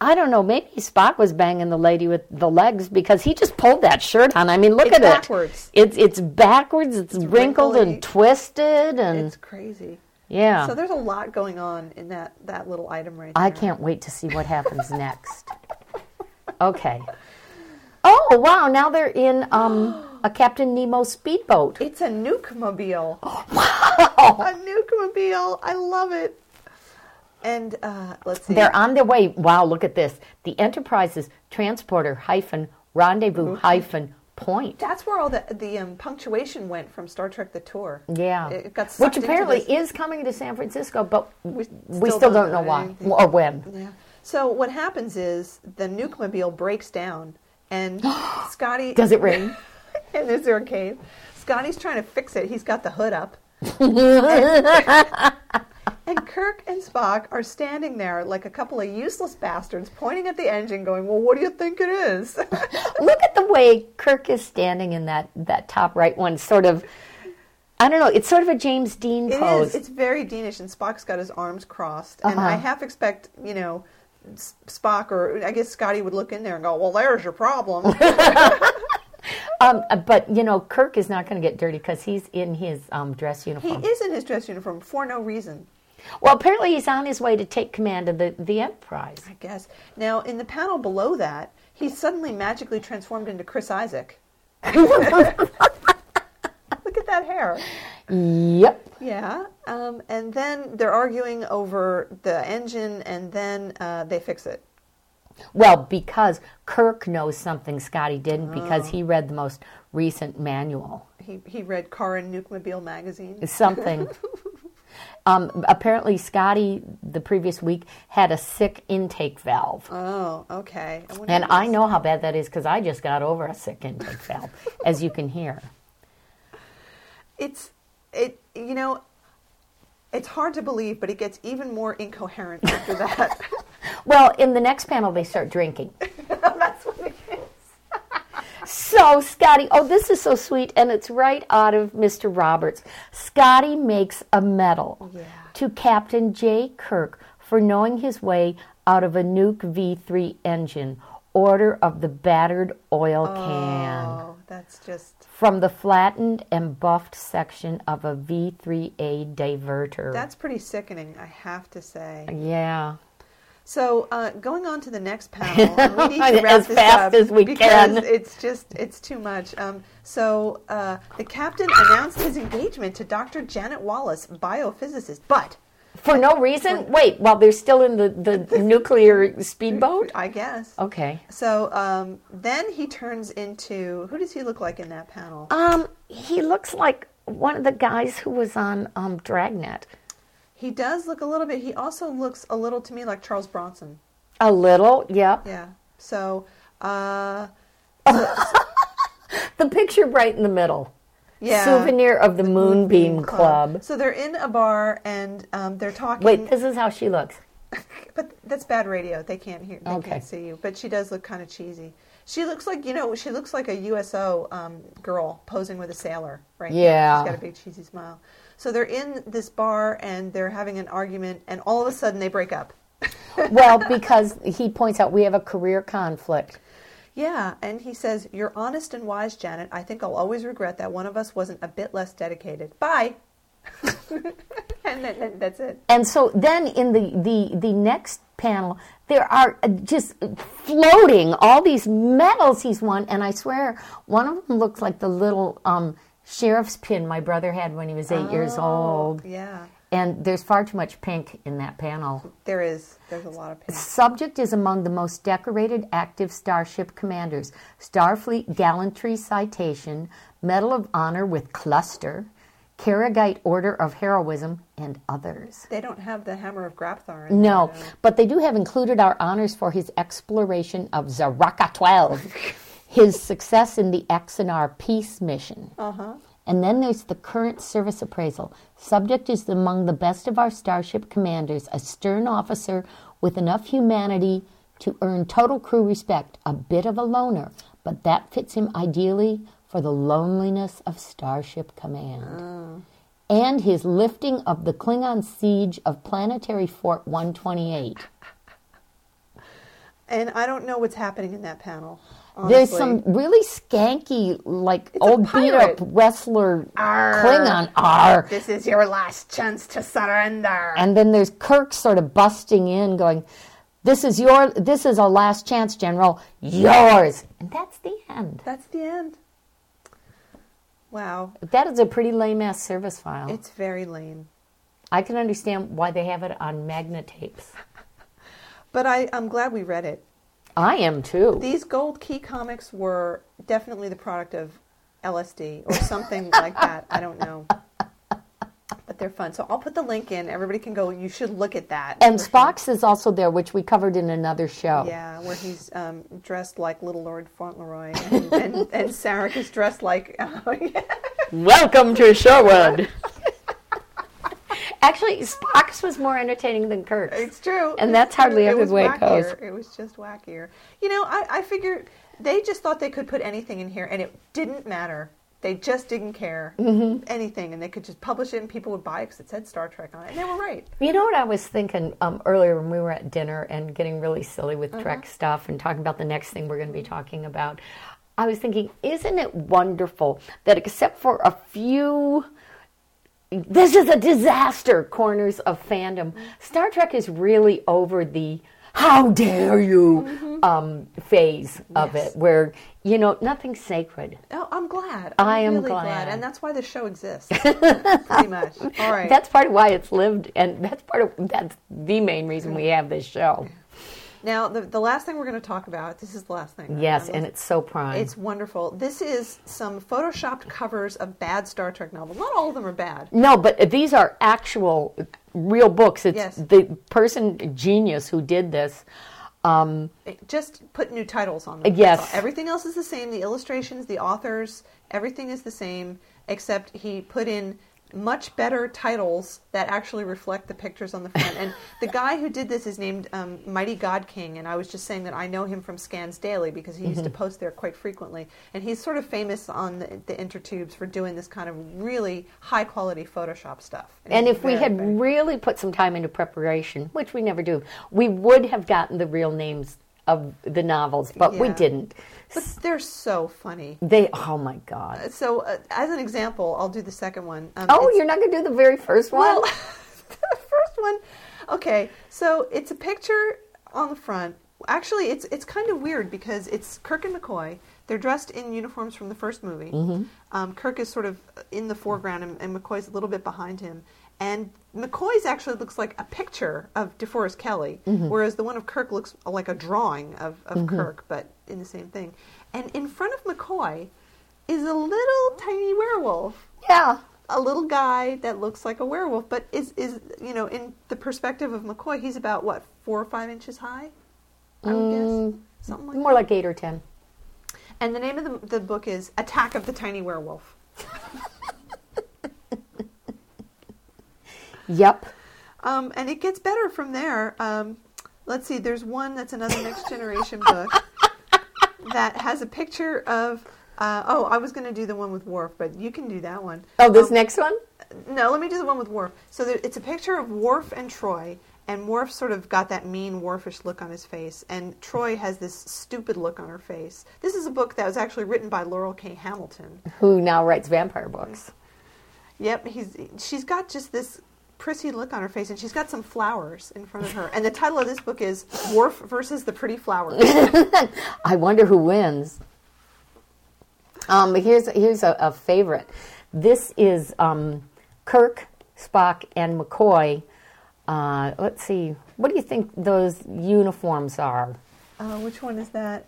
Speaker 2: I don't know. Maybe Spock was banging the lady with the legs because he just pulled that shirt on. I mean, look
Speaker 1: It's
Speaker 2: at
Speaker 1: backwards.
Speaker 2: it. It's it's backwards. It's, wrinkled
Speaker 1: wrinkly.
Speaker 2: and twisted, and
Speaker 1: It's crazy.
Speaker 2: yeah.
Speaker 1: So there's a lot going on in that, that little item right there.
Speaker 2: I can't wait to see what happens next. Okay. Oh wow! Now they're in um, a Captain Nemo speedboat.
Speaker 1: It's a nuke mobile. wow. A nuke mobile. I love it. And uh, let's see.
Speaker 2: They're on their way. Wow! Look at this. The Enterprise's transporter hyphen rendezvous hyphen point.
Speaker 1: That's where all the, the um, punctuation went from Star Trek The Tour.
Speaker 2: Yeah,
Speaker 1: It it got sucked
Speaker 2: which
Speaker 1: into
Speaker 2: apparently
Speaker 1: this-
Speaker 2: is coming to San Francisco, but we
Speaker 1: still
Speaker 2: still, don't, know why
Speaker 1: anything.
Speaker 2: or when.
Speaker 1: Yeah. So what happens is the nukemobile breaks down, and Scotty
Speaker 2: Does it rain?
Speaker 1: and is there a cave? Scotty's trying to fix it. He's got the hood up. and, and Kirk and Spock are standing there like a couple of useless bastards, pointing at the engine, going, "Well, what do you think it is?"
Speaker 2: Look at the way Kirk is standing in that that top right one, sort of. I don't know. It's sort of a James Dean
Speaker 1: It
Speaker 2: pose.
Speaker 1: is. It's very Danish, and Spock's got his arms crossed. And
Speaker 2: Uh-huh.
Speaker 1: I half expect, you know, S- Spock or I guess Scotty would look in there and go, "Well, there's your problem."
Speaker 2: um, but you know, Kirk is not going to get dirty because he's in his um, dress
Speaker 1: he
Speaker 2: uniform.
Speaker 1: is in his dress uniform for no reason.
Speaker 2: Well, apparently he's on his way to take command of the the Enterprise.
Speaker 1: I guess. Now, in the panel below that, he's suddenly magically transformed into Chris Isaac. Look at that hair.
Speaker 2: Yep.
Speaker 1: Yeah. Um, and then they're arguing over the engine, and then uh, they fix it.
Speaker 2: Well, because Kirk knows something Scotty didn't because
Speaker 1: Oh.
Speaker 2: he read the most recent manual.
Speaker 1: He, he read Car and Nukemobile magazine.
Speaker 2: something. um, apparently, Scotty the previous week had a sick intake valve,
Speaker 1: Oh, okay. I wonder
Speaker 2: and
Speaker 1: if
Speaker 2: I
Speaker 1: it's-
Speaker 2: know how bad that is because I just got over a sick intake valve, as you can hear.
Speaker 1: it's it you know it's hard to believe, but it gets even more incoherent after that.
Speaker 2: Well, in the next panel, they start drinking.
Speaker 1: That's what it is.
Speaker 2: So, Scotty, oh, this is so sweet, and it's right out of Mr. Roberts. Scotty makes a medal to Captain J. Kirk for knowing his way out of a Nuke V3 engine, order of the battered oil can,
Speaker 1: Oh, that's just
Speaker 2: from the flattened and buffed section of a V3A diverter.
Speaker 1: that's pretty sickening. I have to say.
Speaker 2: yeah.
Speaker 1: So uh, going on to the next panel, and we need to
Speaker 2: As
Speaker 1: wrap this
Speaker 2: fast
Speaker 1: up
Speaker 2: as we
Speaker 1: because
Speaker 2: can.
Speaker 1: it's just it's too much. Um, so uh, the captain announced his engagement to Dr. Janet Wallace, biophysicist, but
Speaker 2: For no reason? Wait, while they're still in the, the nuclear speedboat?
Speaker 1: I guess.
Speaker 2: Okay.
Speaker 1: So um, then he turns into who does he look like in that panel?
Speaker 2: Um, he looks like one of the guys who was on um, Dragnet.
Speaker 1: He does look a little bit. He also looks a little to me like Charles Bronson.
Speaker 2: A little, yep.
Speaker 1: Yeah. So uh,
Speaker 2: The picture right in the middle.
Speaker 1: yeah.
Speaker 2: Souvenir of the, Moonbeam, Club.
Speaker 1: So they're in a bar and um, they're talking.
Speaker 2: Wait, this is how she looks.
Speaker 1: but that's bad radio. They can't hear. They
Speaker 2: Okay.
Speaker 1: can't see you. But she does look kind of cheesy. She looks like you know. She looks like a USO um, girl posing with a sailor. Right. now.
Speaker 2: Yeah.
Speaker 1: She's got a big cheesy smile. So they're in this bar and they're having an argument, and all of a sudden they break up.
Speaker 2: well, because he points out we have a career conflict.
Speaker 1: Yeah, and he says, You're honest and wise, Janet. I think I'll always regret that one of us wasn't a bit less dedicated. Bye. and then, then that's it.
Speaker 2: And so then in the, the, the next panel, there are uh, just floating all these medals he's won. And I swear, one of them looks like the little um, sheriff's pin my brother had when he was eight years old.
Speaker 1: Yeah,
Speaker 2: And there's far too much pink in that panel.
Speaker 1: there is. There's a lot of pain.
Speaker 2: Subject is among the most decorated active starship commanders. Starfleet Gallantry Citation, Medal of Honor with Cluster, Karagite Order of Heroism, and others.
Speaker 1: They don't have the hammer of Grapthar. In there,
Speaker 2: No,
Speaker 1: though.
Speaker 2: but they do have included our honors for his exploration of Zaraka 12, his success in the XNR peace mission. Uh-huh. And then there's the current service appraisal. Subject is among the best of our starship commanders, a stern officer with enough humanity to earn total crew respect, a bit of a loner, but that fits him ideally for the loneliness of starship command and his lifting of the Klingon siege of planetary Fort 128.
Speaker 1: And I don't know what's happening in that panel.
Speaker 2: There's
Speaker 1: honestly.
Speaker 2: some really skanky, like
Speaker 1: a
Speaker 2: old beat up
Speaker 1: pirate.
Speaker 2: wrestler
Speaker 1: Arr.
Speaker 2: Klingon R.
Speaker 1: This is your last chance to surrender.
Speaker 2: And then there's Kirk sort of busting in, going, "This is your, this is a last chance, General, yours." And that's the end.
Speaker 1: That's the end. Wow.
Speaker 2: That is a pretty lame ass service file.
Speaker 1: It's very lame.
Speaker 2: I can understand why they have it on magna tapes.
Speaker 1: But I, I'm glad we read it.
Speaker 2: I am too.
Speaker 1: These gold key comics were definitely the product of LSD or something like that. I don't know. But they're fun. So I'll put the link in. Everybody can go. You should look at that.
Speaker 2: and Spock's is also there, which we covered in another show.
Speaker 1: Yeah, where he's um, dressed like Little Lord Fauntleroy, and, and, and Sarek is dressed like. oh,
Speaker 2: Welcome to Sherwood. Actually, Spock's was more entertaining than Kirk's.
Speaker 1: It's true.
Speaker 2: And that's
Speaker 1: It's
Speaker 2: hardly
Speaker 1: true.
Speaker 2: ever
Speaker 1: was
Speaker 2: the way it goes.
Speaker 1: wackier. It was just wackier. You know, I, I figure they just thought they could put anything in here, and it didn't matter. They just didn't care
Speaker 2: Mm-hmm.
Speaker 1: anything, and they could just publish it, and people would buy it because it said Star Trek on it, and they were right.
Speaker 2: You know what I was thinking um, earlier when we were at dinner and getting really silly with Trek stuff and talking about the next thing we're going to be talking about? I was thinking, isn't it wonderful that except for a few, this is a disaster corners of fandom, Star Trek is really over the how dare you um, phase of it, where, you know, nothing's sacred.
Speaker 1: Oh, I'm glad. I'm
Speaker 2: I am
Speaker 1: really glad.
Speaker 2: glad.
Speaker 1: and that's why the show exists, pretty much. All right.
Speaker 2: That's part of why it's lived, and that's part of that's the main reason we have this show.
Speaker 1: now, the, the last thing we're going to talk about. This is the last thing. right?
Speaker 2: Yes,
Speaker 1: I'm
Speaker 2: and it's so prime.
Speaker 1: It's wonderful. This is some photoshopped covers of bad Star Trek novels. Not all of them are bad.
Speaker 2: no, but these are actual, real books. It's
Speaker 1: Yes.
Speaker 2: the person genius who did this. Um,
Speaker 1: Just put new titles on them.
Speaker 2: Uh, Yes.
Speaker 1: That's all. Everything else is the same. The illustrations, the authors, everything is the same, except he put in much better titles that actually reflect the pictures on the front. And the guy who did this is named um, Mighty God King, and I was just saying that I know him from Scans Daily because he
Speaker 2: Mm-hmm.
Speaker 1: used to post there quite frequently. And he's sort of famous on the, the intertubes for doing this kind of really high quality Photoshop stuff.
Speaker 2: And
Speaker 1: he's
Speaker 2: if we
Speaker 1: very
Speaker 2: had
Speaker 1: big.
Speaker 2: really put some time into preparation, which we never do, we would have gotten the real names of the novels, but we
Speaker 1: Yeah.
Speaker 2: didn't.
Speaker 1: But they're so funny.
Speaker 2: They, oh my God.
Speaker 1: So, uh, as an example, I'll do the second one. Um,
Speaker 2: Oh,
Speaker 1: it's-
Speaker 2: you're not going to do the very first one?
Speaker 1: Well, the first one. Okay, so it's a picture on the front. Actually, it's it's kind of weird because it's Kirk and McCoy. They're dressed in uniforms from the first movie.
Speaker 2: Mm-hmm.
Speaker 1: Um, Kirk is sort of in the foreground, and, and McCoy's a little bit behind him. And McCoy's actually looks like a picture of DeForest Kelly,
Speaker 2: Mm-hmm.
Speaker 1: whereas the one of Kirk looks like a drawing of, of Kirk, but in the same thing. And in front of McCoy is a little tiny werewolf
Speaker 2: yeah.
Speaker 1: a little guy that looks like a werewolf, but is is you know in the perspective of McCoy, he's about what four or five inches high, I would guess, something like
Speaker 2: More like eight or ten.
Speaker 1: that. And the name of the the book is Attack of the Tiny Werewolf.
Speaker 2: Yep.
Speaker 1: Um, and it gets better from there. Um, let's see, there's one that's another Next Generation book that has a picture of. Uh, oh, I was going to do the one with Worf, but you can do that one.
Speaker 2: Oh, this
Speaker 1: Um,
Speaker 2: next one?
Speaker 1: No, let me do the one with Worf. So there, it's a picture of Worf and Troy, and Worf sort of got that mean Worfish look on his face, and Troy has this stupid look on her face. This is a book that was actually written by Laurel K. Hamilton.
Speaker 2: Who now writes vampire books?
Speaker 1: Yep, he's she's got just this prissy look on her face, and she's got some flowers in front of her. And the title of this book is Worf versus the Pretty Flowers.
Speaker 2: I wonder who wins. Um, here's here's a, a favorite. This is um, Kirk, Spock, and McCoy. Uh, let's see. What do you think those uniforms are?
Speaker 1: uh, which one is that?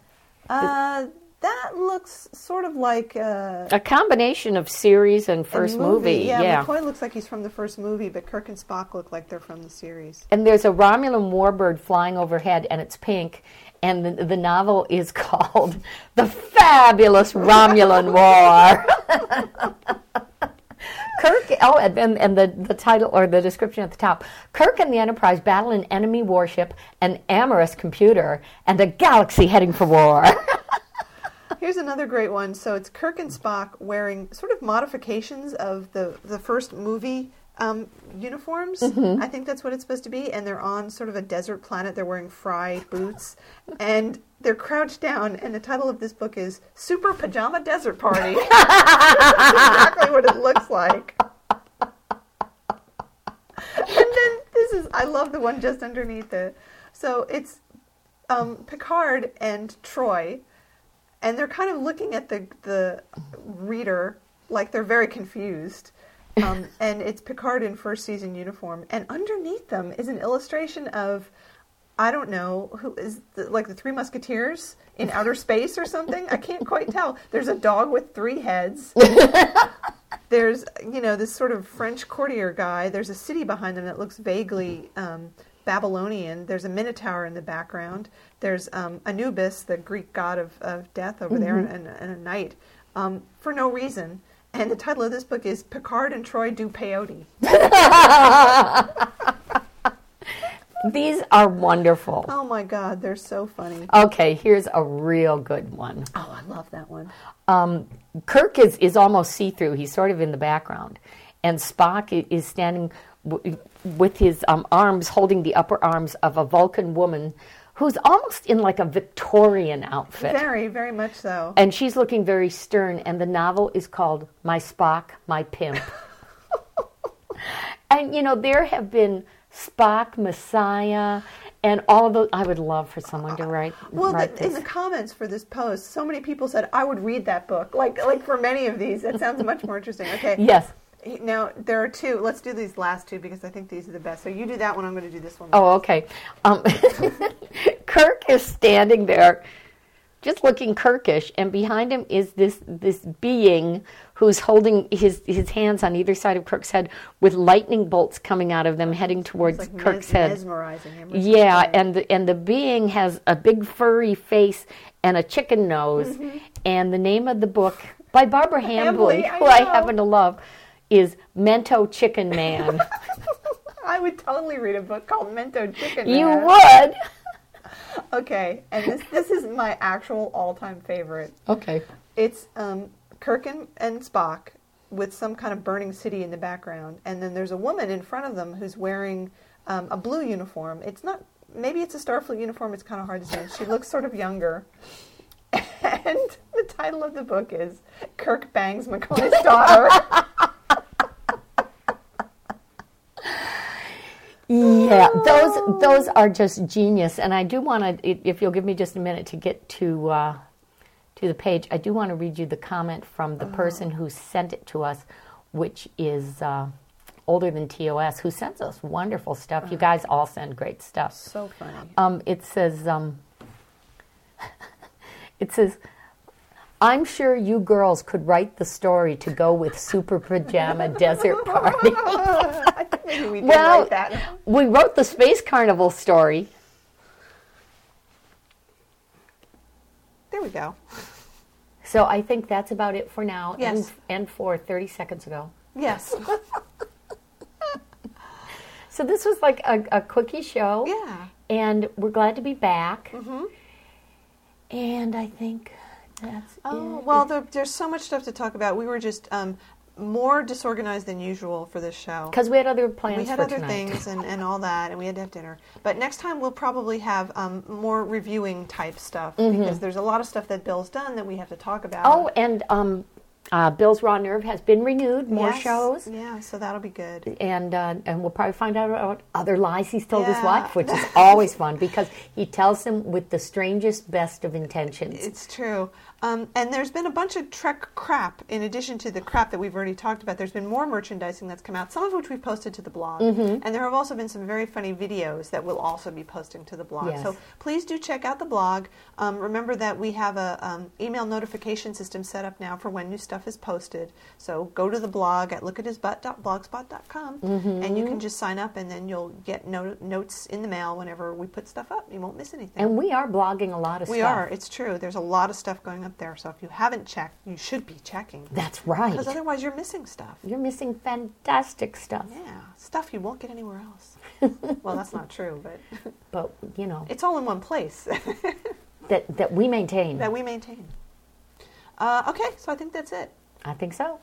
Speaker 1: Uh, that looks sort of like. Uh,
Speaker 2: A combination of series and first movie.
Speaker 1: Yeah, McCoy looks like he's from the first movie, but Kirk and Spock look like they're from the series.
Speaker 2: and there's a Romulan warbird flying overhead, and it's pink. And the, the novel is called The Fabulous Romulan War. Kirk, oh, and, and, and the, the title or the description at the top Kirk and the Enterprise battle an enemy warship, an amorous computer, and a galaxy heading for war.
Speaker 1: Here's another great one. So it's Kirk and Spock wearing sort of modifications of the the first movie um, uniforms. I think that's what it's supposed to be. And they're on sort of a desert planet. They're wearing fry boots, and they're crouched down. And the title of this book is Super Pajama Desert Party. That's exactly what it looks like. and then this is I love the one just underneath it. So it's um, Picard and Troy, and they're kind of looking at the the reader like they're very confused. Um, and it's Picard in first season uniform, and underneath them is an illustration of. I don't know who is the, like the Three Musketeers in outer space or something. I can't quite tell. There's a dog with three heads there's you know this sort of French courtier guy. There's a city behind them that looks vaguely um, Babylonian. There's a minotaur in the background. There's um, Anubis, the Greek god of, of death, over there, and, and a knight um, for no reason. And the title of this book is Picard and Troy do peyote.
Speaker 2: These are wonderful.
Speaker 1: Oh my God, they're so funny.
Speaker 2: Okay, here's a real good one.
Speaker 1: Oh, I love that one.
Speaker 2: um, Kirk is, is almost see through. He's sort of in the background. And Spock i- is standing w- with his um, arms holding the upper arms of a Vulcan woman who's almost in like a Victorian outfit.
Speaker 1: Very, very much so.
Speaker 2: And she's looking very stern. And the novel is called My Spock, My Pimp. and, you know, there have been Spock, Messiah, and all of those. I would love for someone to write,
Speaker 1: Well,
Speaker 2: write
Speaker 1: the, in
Speaker 2: this.
Speaker 1: the comments for this post, so many people said I would read that book. Like, like for many of these, that sounds much more interesting. Okay.
Speaker 2: yes.
Speaker 1: Now there are two. Let's do these last two because I think these are the best. So you do that one. I'm going to do this one.
Speaker 2: Oh, okay. Um, Kirk is standing there, just looking Kirkish, and behind him is this this being who's holding his his hands on either side of Kirk's head with lightning bolts coming out of them, heading towards
Speaker 1: It's like
Speaker 2: Kirk's
Speaker 1: mes-
Speaker 2: head.
Speaker 1: mesmerizing him. or
Speaker 2: Yeah,
Speaker 1: something.
Speaker 2: and the, and the being has a big furry face and a chicken nose, and the name of the book by Barbara Hambly,
Speaker 1: Hambly, Mm-hmm. I
Speaker 2: who I
Speaker 1: know.
Speaker 2: happen to love, is Mento Chicken Man.
Speaker 1: I would totally read a book called Mento Chicken.
Speaker 2: you
Speaker 1: Man.
Speaker 2: would.
Speaker 1: Okay, and this this is my actual all time favorite.
Speaker 2: Okay.
Speaker 1: It's um, Kirk and, and Spock with some kind of burning city in the background, and then there's a woman in front of them who's wearing um, a blue uniform. It's not maybe it's a Starfleet uniform. It's kind of hard to say. She looks sort of younger. And the title of the book is Kirk Bangs McCoy's Daughter.
Speaker 2: Yeah, those those are just genius, and I do want to. If you'll give me just a minute to get to uh, to the page, I do want to read you the comment from the person who sent it to us, which is uh, older than TOS, who sends us wonderful stuff. You guys all send great stuff.
Speaker 1: so funny.
Speaker 2: Um, it says, um, it says, I'm sure you girls could write the story to go with Super Pajama Desert Party.
Speaker 1: Uh, I think maybe we did
Speaker 2: Well,
Speaker 1: write that.
Speaker 2: we wrote the Space Carnival story.
Speaker 1: There we go.
Speaker 2: So I think that's about it for now.
Speaker 1: Yes.
Speaker 2: And, and for 30 seconds ago.
Speaker 1: Yes.
Speaker 2: So this was like a, a quickie show.
Speaker 1: Yeah.
Speaker 2: And we're glad to be back. Mm-hmm. And I think that's
Speaker 1: Oh,
Speaker 2: it.
Speaker 1: well, there, there's so much stuff to talk about. We were just um, more disorganized than usual for this show.
Speaker 2: Because we had other plans
Speaker 1: We had
Speaker 2: for
Speaker 1: other
Speaker 2: tonight.
Speaker 1: things and, and all that, and we had to have dinner. But next time we'll probably have um, more reviewing type stuff because there's a lot of stuff that Bill's done that we have to talk about.
Speaker 2: Mm-hmm. Oh, and um, uh, Bill's Raw Nerve has been renewed. More
Speaker 1: Yes.
Speaker 2: shows.
Speaker 1: Yeah, so that'll be good.
Speaker 2: and uh, and we'll probably find out about other lies he's told his
Speaker 1: Yeah.
Speaker 2: wife, which is always fun because he tells them with the strangest, best of intentions.
Speaker 1: It's true. Um, and there's been a bunch of Trek crap in addition to the crap that we've already talked about. There's been more merchandising that's come out, some of which we've posted to the blog. And there have also been some very funny videos that we'll also be posting to the blog.
Speaker 2: Yes.
Speaker 1: So please do check out the blog. Um, remember that we have a um, email notification system set up now for when new stuff is posted. So go to the blog at lookathisbutt.blogspot.com and you can just sign up and then you'll get no- notes in the mail whenever we put stuff up. You won't miss anything.
Speaker 2: And we are blogging a lot of
Speaker 1: We
Speaker 2: stuff.
Speaker 1: are. It's true. There's a lot of stuff going up there. So if you haven't checked, you should be checking.
Speaker 2: That's right.
Speaker 1: Because otherwise, you're missing stuff.
Speaker 2: You're missing fantastic stuff,
Speaker 1: Yeah, stuff you won't get anywhere else. well, that's not true, but
Speaker 2: but you know
Speaker 1: it's all in one place
Speaker 2: that that we maintain.
Speaker 1: that we maintain. Uh, okay, so I think that's it.
Speaker 2: I think so.